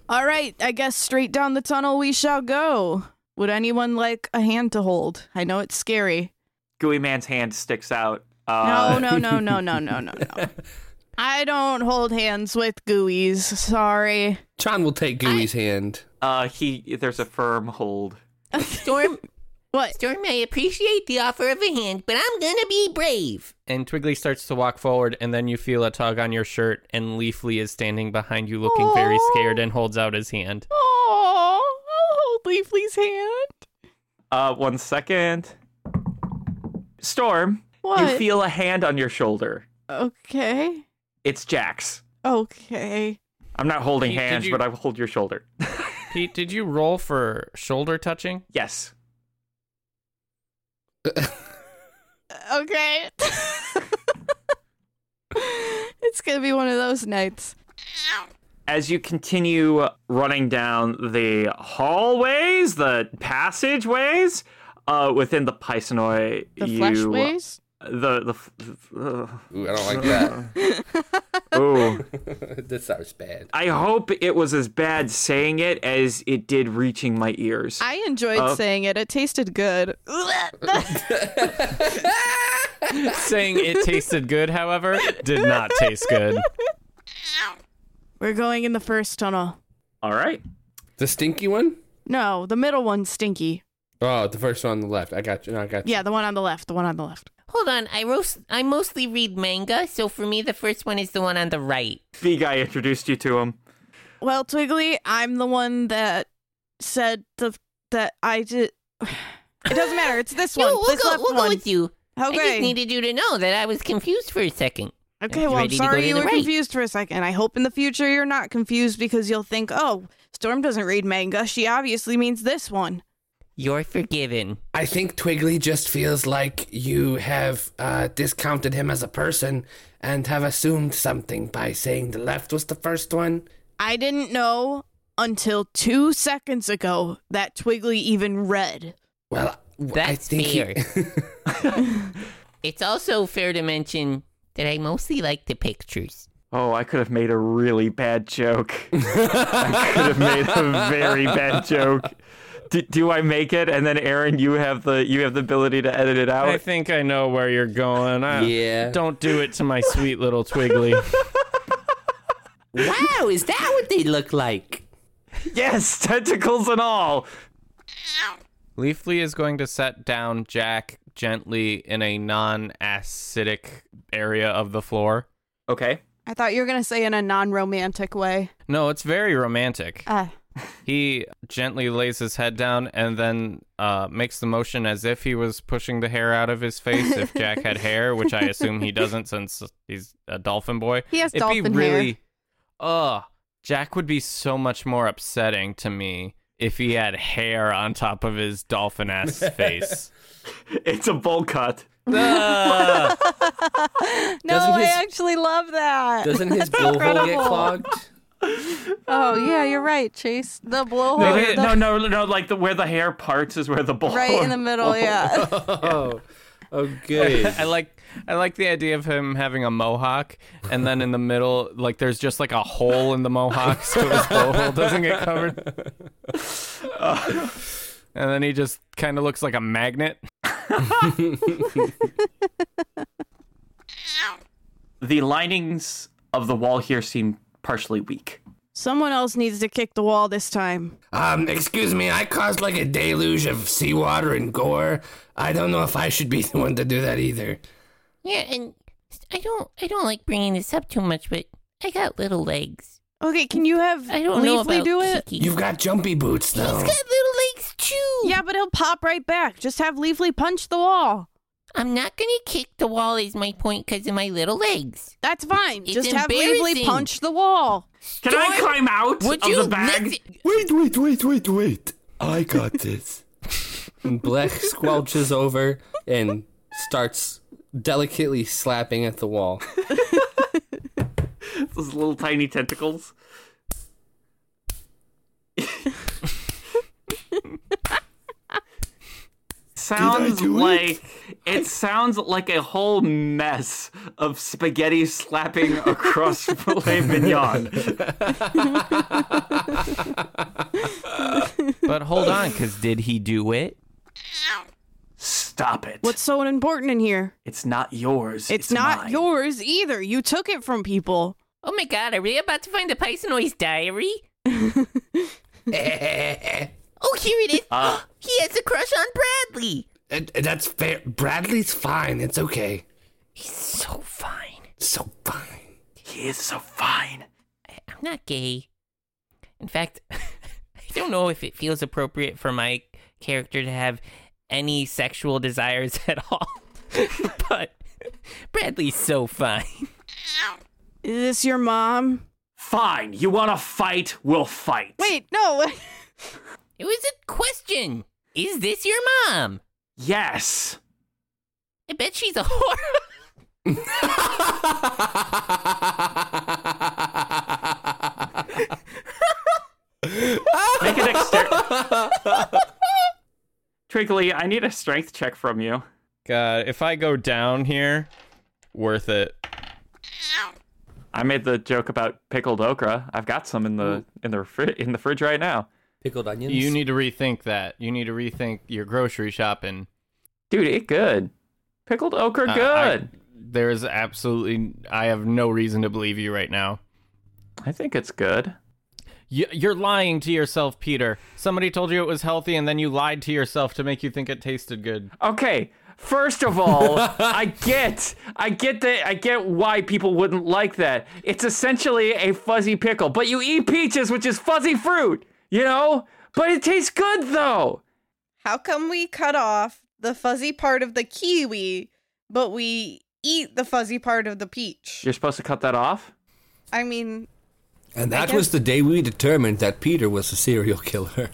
S5: All right, I guess straight down the tunnel we shall go. Would anyone like a hand to hold? I know it's scary.
S7: Gooey man's hand sticks out.
S5: No,
S7: Uh,
S5: no, no, no, no, no, no, no. I don't hold hands with gooeys. Sorry.
S7: John will take Gooey's hand. Uh, he there's a firm hold.
S9: Storm.
S5: what?
S9: Storm, I appreciate the offer of a hand, but I'm gonna be brave.
S3: And Twiggly starts to walk forward, and then you feel a tug on your shirt, and Leafly is standing behind you, looking very scared, and holds out his hand.
S5: Oh, I'll hold Leafly's hand.
S7: Uh, one second. Storm, you
S5: What?
S7: feel a hand on your shoulder.
S5: Okay.
S7: It's Jax.
S5: Okay.
S7: I'm not holding
S3: Pete, did
S7: hands,
S3: you-
S7: but I will hold your shoulder.
S3: Pete, did you roll for shoulder touching?
S7: Yes.
S5: Okay. it's going to be one of those nights.
S7: As you continue running down the hallways, the passageways, uh, within the Pisonoi,
S5: The
S7: you
S5: fleshways?
S7: the the. f- Uh,
S10: Ooh, I don't like that.
S7: Ooh.
S10: that sounds bad.
S7: I hope it was as bad saying it as it did reaching my ears.
S5: I enjoyed
S7: Uh,
S5: saying it. It tasted good.
S3: Saying it tasted good, however, did not taste good.
S5: We're going in the first tunnel.
S7: All right.
S10: The stinky one?
S5: No, the middle one's stinky.
S10: Oh, the first one on the left. I got you. No, I got you.
S5: Yeah, the one on the left. The one on the left.
S9: Hold on, I roast. I mostly read manga, so for me, the first one is the one on the right.
S7: The guy introduced you to him.
S5: Well, Twiggly, I'm the one that said the, that I did. It doesn't matter. It's this
S9: No,
S5: one.
S9: we'll
S5: this
S9: go-
S5: left
S9: we'll go
S5: one.
S9: with you.
S5: Okay.
S9: I just needed you to know that I was confused for a second. I
S5: Okay,
S9: was
S5: well, I'm
S9: ready to go
S5: sorry
S9: to
S5: you
S9: the
S5: were
S9: right.
S5: confused for a second. I hope in the future you're not confused because you'll think, oh, Storm doesn't read manga. She obviously means this one.
S9: You're forgiven.
S10: I think Twiggly just feels like you have uh, discounted him as a person and have assumed something by saying the left was the first one.
S5: I didn't know until two seconds ago that Twiggly even read.
S10: Well,
S9: That's
S10: I think he-
S9: fair. It's also fair to mention that I mostly like the pictures.
S7: Oh, I could have made a really bad joke. I could have made a very bad joke. Do, do I make it? And then Aaron, you have the you have the ability to edit it out.
S3: I think I know where you're going. I,
S10: yeah.
S3: Don't do it to my sweet little Twiggly.
S9: Wow, is that what they look like?
S7: yes, tentacles and all.
S3: Leafly is going to set down Jack gently in a non acidic area of the floor.
S7: Okay.
S5: I thought you were going to say in a non romantic way.
S3: No, it's very romantic.
S5: Uh,
S3: He gently lays his head down and then uh, makes the motion as if he was pushing the hair out of his face if Jack had hair, which I assume he doesn't since he's a dolphin boy.
S5: He has
S3: It'd
S5: dolphin
S3: be
S5: hair.
S3: really, Ugh. Jack would be so much more upsetting to me if he had hair on top of his dolphin ass face.
S7: it's a bowl cut.
S5: no,
S7: Doesn't his-
S5: I actually love that. That's incredible. Oh, yeah, you're right, Chase. The blowhole.
S7: Maybe,
S5: the-
S7: no, no, no. Like the, where the hair parts is where the bowl.
S5: Right in the middle, yeah.
S3: oh,
S10: okay.
S3: I like I like the idea of him having a mohawk, and then in the middle, like there's just like a hole in the mohawk, so his blowhole doesn't get covered. and then he just kind of looks like a magnet.
S7: The linings of the wall here seem partially weak.
S5: Someone else needs to kick the wall this time.
S10: Um, excuse me, I caused like a deluge of seawater and gore. I don't know if I should be the one to do that either.
S9: Yeah, and I don't, I don't like bringing this up too much, but I got little legs.
S5: Okay, can you have
S9: I don't know
S5: Leafly
S9: about
S5: do it?
S9: Kiki.
S10: You've got jumpy boots, though.
S9: He's got little legs Achoo!
S5: Yeah, but he'll pop right back. Just have Leafly punch the wall.
S9: I'm not gonna kick the wall. Is my point because of my little legs?
S5: That's fine.
S9: It's
S5: Just have Leafly
S9: embarrassing.
S5: punch the wall.
S7: Can I climb out
S9: Would
S7: of
S9: you
S7: the bag?
S12: Wait, wait, wait, wait, wait. I got this.
S4: And Black squelches over and starts delicately slapping at the wall.
S7: Those little tiny tentacles. sounds
S12: do it?
S7: like it? sounds like a whole mess of spaghetti slapping across filet mignon.
S3: But hold on, because did he do it?
S7: Stop it.
S5: What's so important in here?
S7: It's not yours.
S5: It's, not yours either. You took it from people.
S9: Oh my god, are we about to find the Pisanoi's diary? oh, here it is.
S12: Uh,
S9: He has a crush on Bradley.
S10: And- and that's fair. Bradley's fine. It's okay.
S9: So fine.
S10: So fine.
S7: He is so fine.
S9: I'm not gay. In fact, I don't know if it feels appropriate for my character to have any sexual desires at all. but Bradley's so fine.
S5: Is this your mom?
S7: Fine. You want to fight? We'll fight.
S5: Wait, no.
S9: It was a question. Is this your mom?
S7: Yes.
S9: I bet she's a whore.
S7: Make a dexterity. Twiggly, I need a strength check from you.
S3: God, if I go down here, worth it.
S7: I made the joke about pickled okra. I've got some in the in the fri- in the fridge right now.
S4: Pickled onions.
S3: You need to rethink that. You need to rethink your grocery shopping.
S7: Dude, it good. Pickled okra
S3: Uh, I-
S7: good.
S3: there is absolutely. I have no reason to believe you right now.
S7: I, think it's good.
S3: You, you're lying to yourself, Peter. Somebody told you it was healthy, and then you lied to yourself to make you think it tasted good.
S7: Okay. First of all, I get I get that I get why people wouldn't like that. It's essentially a fuzzy pickle, but you eat peaches, which is fuzzy fruit, you know? But it tastes good though.
S13: How come we cut off the fuzzy part of the kiwi, but we eat the fuzzy part of the peach?
S7: You're supposed to cut that off?
S13: I mean,
S12: And that was the day we determined that Peter was a serial killer.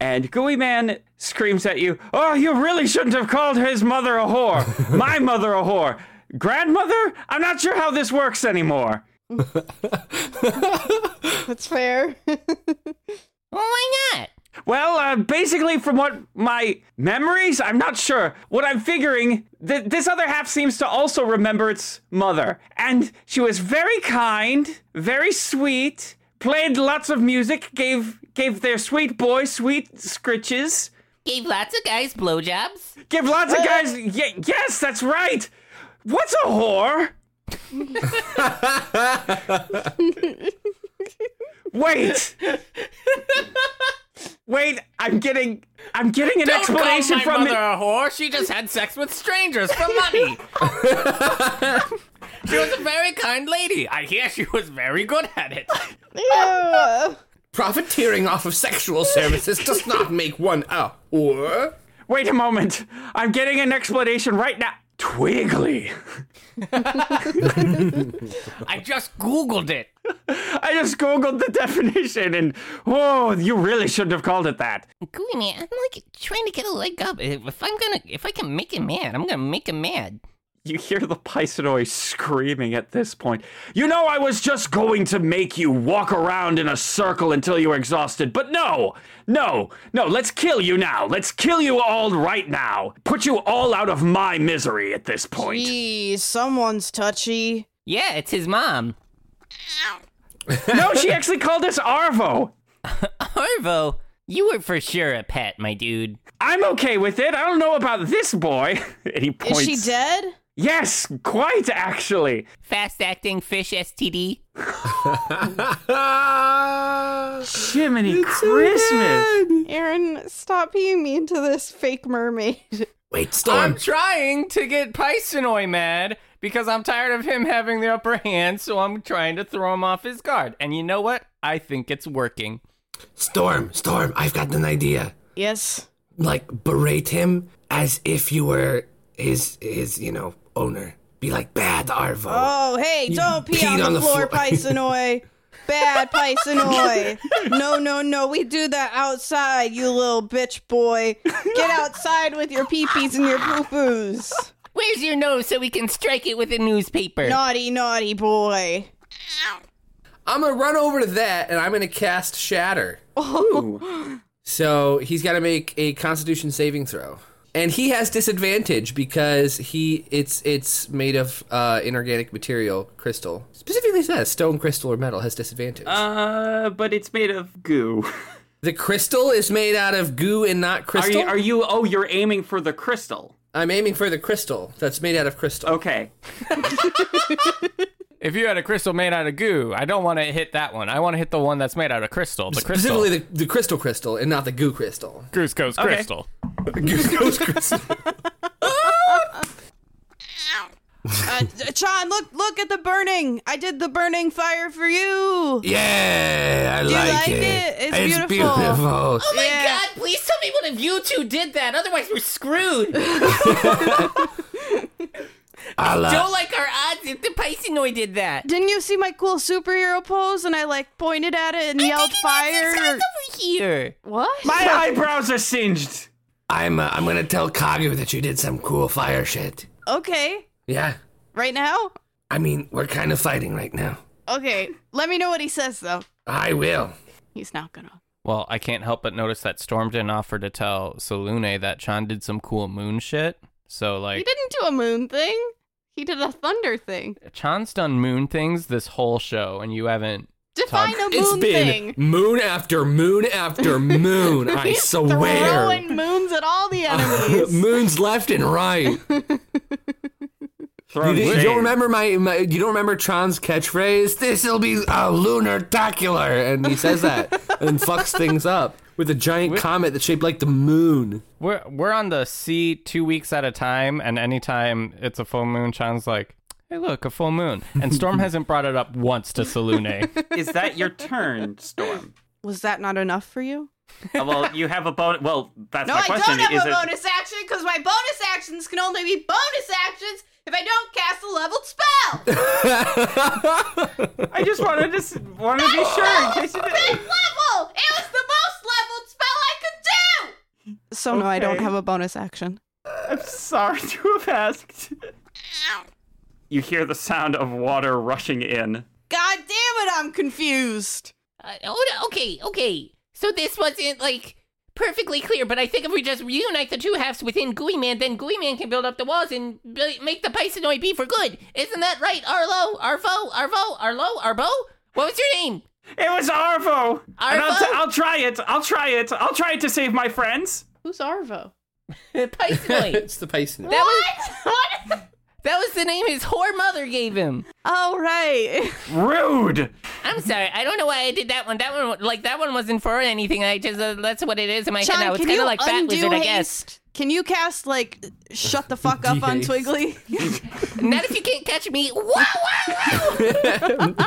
S7: And Gooey Man screams at you, Oh, you really shouldn't have called his mother a whore. My mother a whore. Grandmother? I'm not sure how this works anymore.
S13: that's fair.
S9: Why not?
S7: Well, uh, basically, from what my memories, I'm not sure. What I'm figuring, th- this other half seems to also remember its mother. And she was very kind, very sweet, played lots of music, gave gave their sweet boy sweet scritches.
S9: Gave lots of guys blowjobs.
S7: Give lots of guys. Y- yes, that's right. What's a whore? Wait. Wait, I'm getting I'm getting an
S3: Don't
S7: explanation
S3: call my
S7: from
S3: mother
S7: it.
S3: a whore. She just had sex with strangers for money. she was a very kind lady. I hear she was very good at it.
S10: Profiteering off of sexual services does not make one a whore.
S7: Wait a moment. I'm getting an explanation right now. Twiggly.
S3: I just Googled it.
S7: I just googled the definition and oh, you really shouldn't have called it that.
S9: Gooey man, I'm like trying to get a leg up. If I'm gonna, if I can make him mad, I'm gonna make him mad.
S7: You hear the Pisonoi screaming at this point. You know, I was just going to make you walk around in a circle until you were exhausted, but no, no, no, let's kill you now. Let's kill you all right now. Put you all out of my misery at this point.
S5: Jeez, someone's touchy.
S9: Yeah, it's his mom.
S7: no, she actually called us Arvo.
S9: Arvo, you were for sure a pet, my dude.
S7: I'm okay with it. I don't know about this boy. and he points.
S5: Is she dead?
S7: Yes, quite actually.
S9: Fast acting fish STD.
S7: Jiminy Christmas.
S13: Aaron, stop being mean to this fake mermaid.
S10: Wait,
S3: I'm trying to get Pisonoi mad because I'm tired of him having the upper hand, so I'm trying to throw him off his guard. And you know what? I think it's working.
S4: Storm, Storm, I've got an idea.
S14: Yes.
S4: Like berate him as if you were his his, you know, owner. Be like bad Arvo.
S5: Oh, hey,
S4: You
S5: don't pee
S4: peed
S5: on the,
S4: on the
S5: floor,
S4: floor.
S5: Pisonoi. Bad Pisonoi. No, no, no. We do that outside, you little bitch boy. Get outside with your peepees and your poo poos.
S9: Where's your nose so we can strike it with a newspaper?
S5: Naughty, naughty boy.
S4: I'm gonna run over to that and I'm gonna cast Shatter.
S5: Oh.
S4: So he's got to make a Constitution saving throw, and he has disadvantage because he it's it's made of uh, inorganic material, crystal. Specifically says stone, crystal, or metal has disadvantage.
S7: Uh, but it's made of goo.
S4: The crystal is made out of goo and not crystal.
S7: Are you, are you? Oh, you're aiming for the crystal.
S4: I'm aiming for the crystal that's made out of crystal.
S7: Okay.
S3: If you had a crystal made out of goo, I don't want to hit that one. I want to hit the one that's made out of crystal. The crystal.
S4: Specifically, the, the crystal crystal and not the goo crystal.
S3: Goose Goes
S4: Okay.
S3: Crystal.
S5: Uh, Sean, look, look at the burning. I did the burning fire for you.
S4: Yeah, I
S5: Do you
S4: like,
S5: like
S4: it.
S5: it? It's beautiful.
S4: beautiful.
S9: Oh my god, please tell me one of you two did that, otherwise we're screwed.
S4: I
S9: Don't like our odds if the Piscinoid did that.
S5: Didn't you see my cool superhero pose and I like pointed at it and yelled fire?
S9: over here.
S5: What?
S10: My eyebrows are singed.
S4: I'm uh, I'm gonna tell Kagu that you did some cool fire shit.
S5: Okay,
S4: Yeah,
S5: right now.
S4: I mean we're kind of fighting right now.
S5: Okay, let me know what he says though.
S4: I will.
S5: He's not gonna.
S3: Well, I can't help but notice that Storm didn't offer to tell Salune that Chan did some cool moon shit. So
S15: He
S3: like
S15: didn't do a moon thing. He did a thunder thing.
S3: Chan's done moon things this whole show, and you haven't.
S15: Define
S3: talked-
S15: a It's moon been thing.
S4: moon after moon after moon. I swear.
S5: Throwing moons at all the enemies.
S4: Moons left and right. you, you don't remember my, my you don't remember Tron's catchphrase? This'll be a lunar tacular and he says that and fucks things up with a giant comet that's shaped like the moon.
S3: We're we're on the sea two weeks at a time, and anytime it's a full moon, Chan's like, "Hey, look, a full moon." And Storm hasn't brought it up once to Salune.
S7: Is that your turn, Storm?
S5: Was that not enough for you?
S7: Uh, well, you have a bonus. Well, that's
S5: no,
S7: my
S5: I
S7: question.
S5: don't have
S7: Is
S5: a
S7: it-
S5: bonus action because my bonus actions can only be bonus actions if I don't cast a leveled spell.
S7: I just wanted to s- wanted to be sure in case you did.
S5: level! It was the most leveled spell I could do! So no, I don't
S7: Okay.
S5: have a bonus action.
S7: I'm sorry to have asked. You hear the sound of water rushing in.
S5: God damn it, I'm confused.
S9: Uh, oh, no, okay, okay. So this wasn't like perfectly clear, but I think if we just reunite the two halves within Gooey Man, then Gooey Man can build up the walls and b- make the Piscinoid be for good. Isn't that right, Arlo? Arvo? Arvo? Arlo? Arbo? What was your name?
S7: It was Arvo. And I'll,
S9: Arvo?
S7: t- I'll try it. I'll try it. I'll try it to save my friends.
S15: Who's Arvo?
S4: it's the Pisces.
S9: That was That was the name his whore mother gave him.
S5: Oh right.
S7: Rude.
S9: I'm sorry. I don't know why I did that one. That one, like that one, wasn't for anything. I just uh, that's what it is in my
S5: Sean,
S9: head now. It's
S5: can
S9: kind
S5: you
S9: of like Fat
S5: undo
S9: Wizard, I
S5: haste?
S9: guess.
S5: Can you cast like shut the fuck up on
S9: Dehaste.
S5: Twiggly?
S9: Not if you can't catch me. Wow,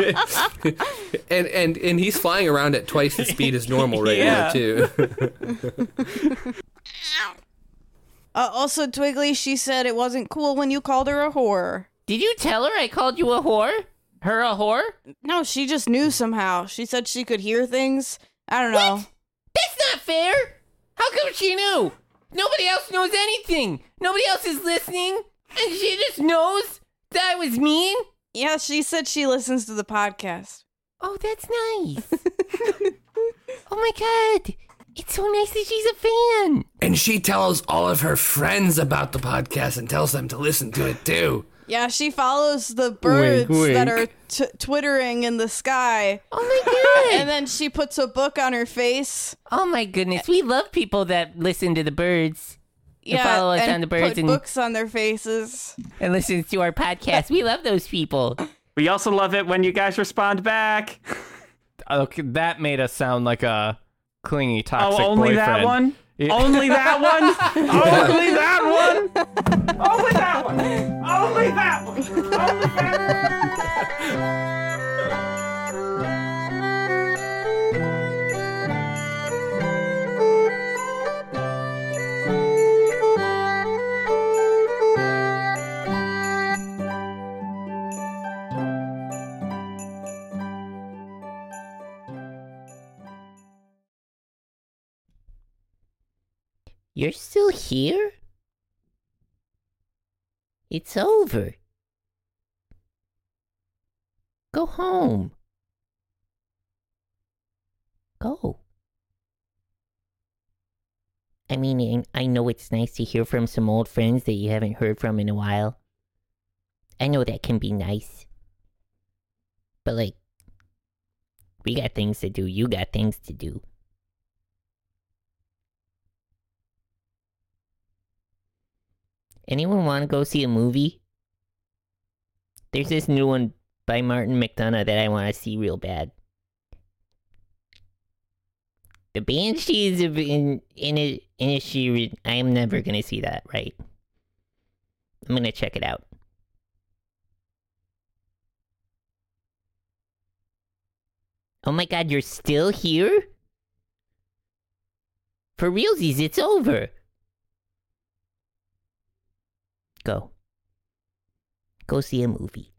S9: wow.
S4: And and and he's flying around at twice the speed as normal right
S5: Yeah.
S4: now too.
S5: Uh, also, Twiggly, she said it wasn't cool when you called her a whore.
S9: Did you tell her I called you a whore? Her a whore?
S5: No, she just knew somehow. She said she could hear things. I don't know.
S9: That's not fair. How come she knew? Nobody else knows anything. Nobody else is listening, and she just knows that I was mean.
S5: Yeah, she said she listens to the podcast.
S9: Oh, that's nice. oh my god, it's so nice that she's a fan.
S4: and she tells all of her friends about the podcast and tells them to listen to it too.
S5: Yeah, she follows the birds that
S4: wink.
S5: are t- twittering in the sky.
S9: Oh my
S5: god! and then she puts a book on her face.
S9: Oh my goodness, we love people that listen to the birds. and
S5: Yeah,
S9: follow us
S5: and
S9: on the birds
S5: put
S9: and,
S5: books on their faces.
S9: and listen to our podcast. We love those people.
S7: We also love it when you guys respond back.
S3: okay, that made us sound like a clingy toxic
S7: oh, only
S3: boyfriend.
S7: that one?
S3: Yeah.
S7: Only that one? only that one? Only that one? Only that one? Only that one?
S16: You're still here? It's over. Go home. Go. I mean, I I know it's nice to hear from some old friends that you haven't heard from in a while. I know that can be nice. But, like, we got things to do. You got things to do. Anyone want to go see a movie? There's this new one by Martin McDonough that I want to see real bad. The Banshees of in in a, in a she. I am never gonna see that, right? I'm gonna check it out. Oh my god, you're still here? For realsies, it's over. Go. Go see a movie.